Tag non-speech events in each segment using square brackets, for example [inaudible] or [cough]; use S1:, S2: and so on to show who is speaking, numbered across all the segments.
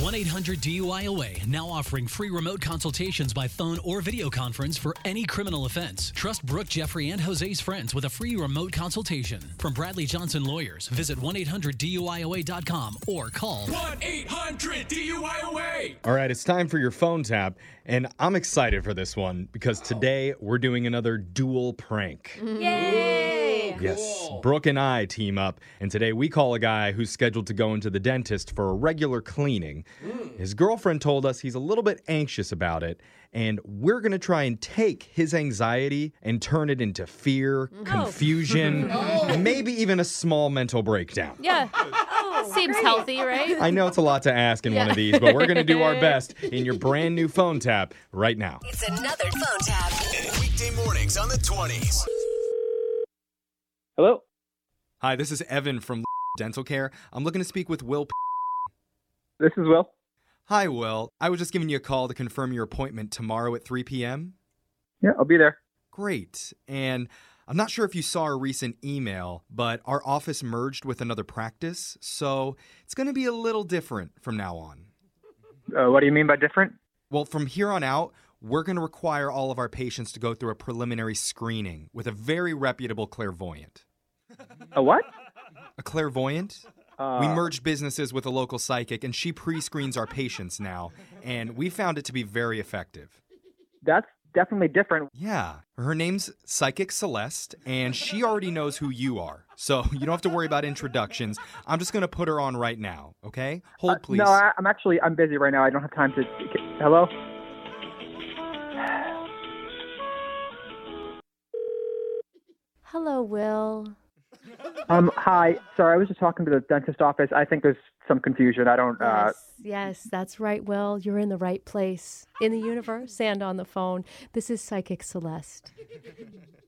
S1: 1 800 DUIOA now offering free remote consultations by phone or video conference for any criminal offense. Trust Brooke, Jeffrey, and Jose's friends with a free remote consultation. From Bradley Johnson Lawyers, visit 1 800 DUIOA.com or call
S2: 1 800 DUIOA.
S3: All right, it's time for your phone tap, and I'm excited for this one because today we're doing another dual prank.
S4: Mm-hmm. Yay!
S3: Yes, Brooke and I team up, and today we call a guy who's scheduled to go into the dentist for a regular cleaning. His girlfriend told us he's a little bit anxious about it, and we're going to try and take his anxiety and turn it into fear, confusion, and maybe even a small mental breakdown.
S4: Yeah. Seems healthy, right?
S3: I know it's a lot to ask in one of these, but we're going to do our best in your brand new phone tap right now.
S5: It's another phone tap.
S2: Weekday mornings on the 20s.
S6: Hello.
S3: Hi, this is Evan from [laughs] Dental Care. I'm looking to speak with Will. P-
S6: This is Will.
S3: Hi, Will. I was just giving you a call to confirm your appointment tomorrow at 3 p.m.
S6: Yeah, I'll be there.
S3: Great. And I'm not sure if you saw our recent email, but our office merged with another practice, so it's going to be a little different from now on.
S6: Uh, what do you mean by different?
S3: Well, from here on out, we're going to require all of our patients to go through a preliminary screening with a very reputable clairvoyant.
S6: A what?
S3: A clairvoyant?
S6: Uh,
S3: We merged businesses with a local psychic, and she pre screens our patients now, and we found it to be very effective.
S6: That's definitely different.
S3: Yeah. Her name's Psychic Celeste, and she already knows who you are. So [laughs] you don't have to worry about introductions. I'm just going to put her on right now, okay? Hold, please.
S6: Uh, No, I, I'm actually I'm busy right now. I don't have time to. Hello.
S4: Hello, Will.
S6: Um. Hi. Sorry, I was just talking to the dentist office. I think there's some confusion. I don't. Uh,
S4: Yes, yes, that's right, Will. You're in the right place in the universe and on the phone. This is Psychic Celeste.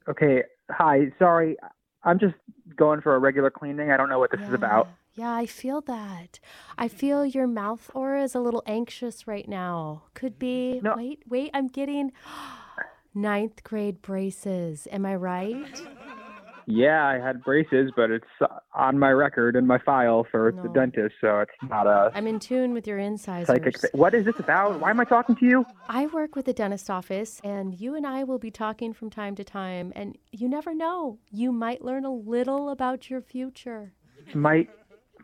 S6: okay. Hi. Sorry. I'm just going for a regular cleaning. I don't know what this is about.
S4: Yeah, I feel that. I feel your mouth aura is a little anxious right now. Could be.
S6: No.
S4: Wait, wait, I'm getting [gasps] ninth grade braces. Am I right?
S6: Yeah, I had braces, but it's uh, on my record in my file for the
S4: No.
S6: dentist, so it's not a
S4: I'm in tune with your incisors.
S6: psychic. thi- What is this about? Why am I talking to you?
S4: I work with the dentist office, and you and I will be talking from time to time. And you never know, you might learn a little about your future.
S6: My,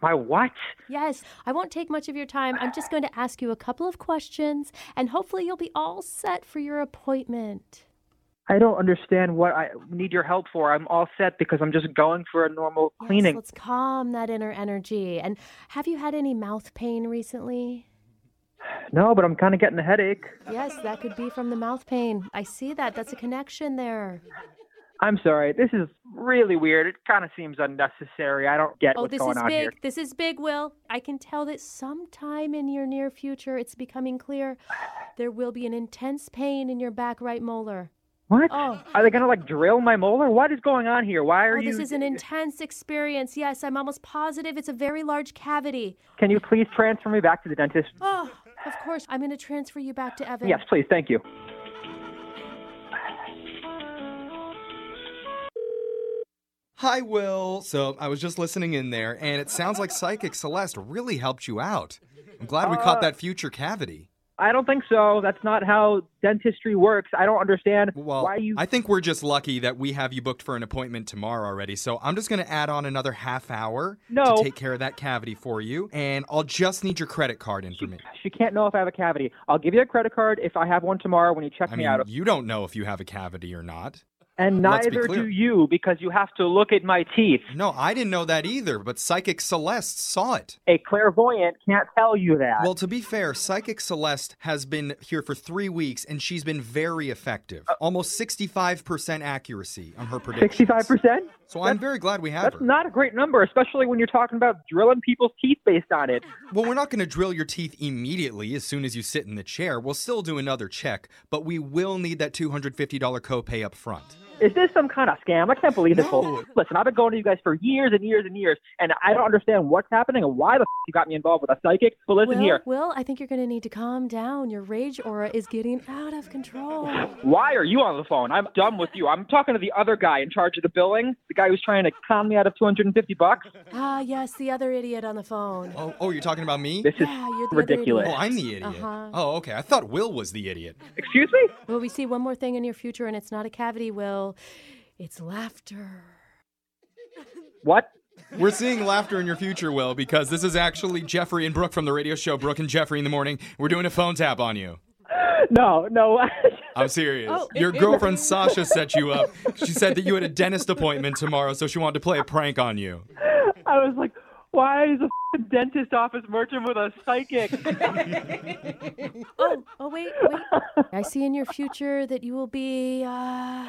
S6: my what?
S4: Yes, I won't take much of your time. I'm just going to ask you a couple of questions, and hopefully, you'll be all set for your appointment.
S6: I don't understand what I need your help for. I'm all set because I'm just going for a normal
S4: Yes,
S6: cleaning.
S4: let's calm that inner energy. And have you had any mouth pain recently?
S6: No, but I'm kind of getting a headache.
S4: Yes, that could be from the mouth pain. I see that. That's a connection there.
S6: I'm sorry. This is really weird. It kind of seems unnecessary. I don't get
S4: Oh,
S6: what's
S4: this
S6: going
S4: is
S6: on
S4: big.
S6: here.
S4: This is big, Will. I can tell that sometime in your near future, it's becoming clear there will be an intense pain in your back right molar.
S6: What?
S4: Oh.
S6: Are they gonna like drill my molar? What is going on here? Why are
S4: oh,
S6: you?
S4: this is an intense experience. Yes, I'm almost positive it's a very large cavity.
S6: Can you please transfer me back to the dentist?
S4: Oh, of course. I'm going to transfer you back to Evan.
S6: Yes, please. Thank you.
S3: Hi, Will. So I was just listening in there, and it sounds like Psychic Celeste really helped you out. I'm glad we
S6: Uh,
S3: caught that future cavity.
S6: I don't think so. That's not how dentistry works. I don't understand
S3: Well,
S6: why you.
S3: I think we're just lucky that we have you booked for an appointment tomorrow already. So I'm just going to add on another half hour
S6: No.
S3: to take care of that cavity for you. And I'll just need your credit card information.
S6: She can't know if I have a cavity. I'll give you a credit card if I have one tomorrow when you check
S3: I
S6: me
S3: mean,
S6: out.
S3: you don't know if you have a cavity or not.
S6: And
S3: let's be
S6: neither
S3: clear.
S6: do you because you have to look at my teeth.
S3: No, I didn't know that either, but Psychic Celeste saw it.
S6: A clairvoyant can't tell you that.
S3: Well, to be fair, Psychic Celeste has been here for three weeks and she's been very effective.
S6: Uh,
S3: Almost 65% accuracy on her predictions.
S6: 65%?
S3: So I'm very glad we have
S6: That's
S3: her.
S6: not a great number, especially when you're talking about drilling people's teeth based on it.
S3: Well, we're not going to drill your teeth immediately as soon as you sit in the chair. We'll still do another check, but we will need that $250 copay up front.
S6: Is this some kind of scam? I can't believe this. whole Listen, I've been going to you guys for years and years and years, and I don't understand what's happening and why the f- you got me involved with a psychic. But listen
S4: Will,
S6: here.
S4: Will, I think you're going to need to calm down. Your rage aura is getting out of control.
S6: Why are you on the phone? I'm done with you. I'm talking to the other guy in charge of the billing, the guy who's trying to con me out of 250 bucks.
S4: Ah, yes, the other idiot on the phone.
S3: Oh, oh, you're talking about me?
S6: This is
S4: Yeah, you're the
S6: ridiculous.
S3: Oh,
S4: Other idiot.
S3: I'm the idiot.
S4: Uh-huh.
S3: Oh, okay. I thought Will was the idiot.
S6: Excuse me?
S4: Will we see one more thing in your future, and it's not a cavity, Will. It's laughter.
S6: What?
S3: We're seeing laughter in your future, Will, because this is actually Jeffrey and Brooke from the radio show Brooke and Jeffrey in the Morning. We're doing a phone tap on you.
S6: No, no. [laughs]
S3: I'm serious.
S4: Oh, it
S3: your
S4: is.
S3: girlfriend Sasha set you up. She said that you had a dentist appointment tomorrow, so she wanted to play a prank on you.
S6: I was like, why is a f***ing dentist office merchant with a psychic?
S4: Oh, oh, wait, wait. I see in your future that you will be uh,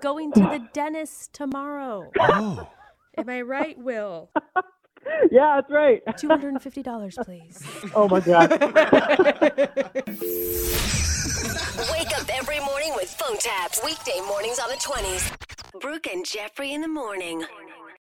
S4: going to the dentist tomorrow.
S3: Oh.
S4: Am I right, Will?
S6: [laughs] yeah, that's right.
S4: $250, please.
S6: Oh my god.
S7: Wake up every morning with phone taps. Weekday mornings on the 20s. Brooke and Jeffrey in the morning.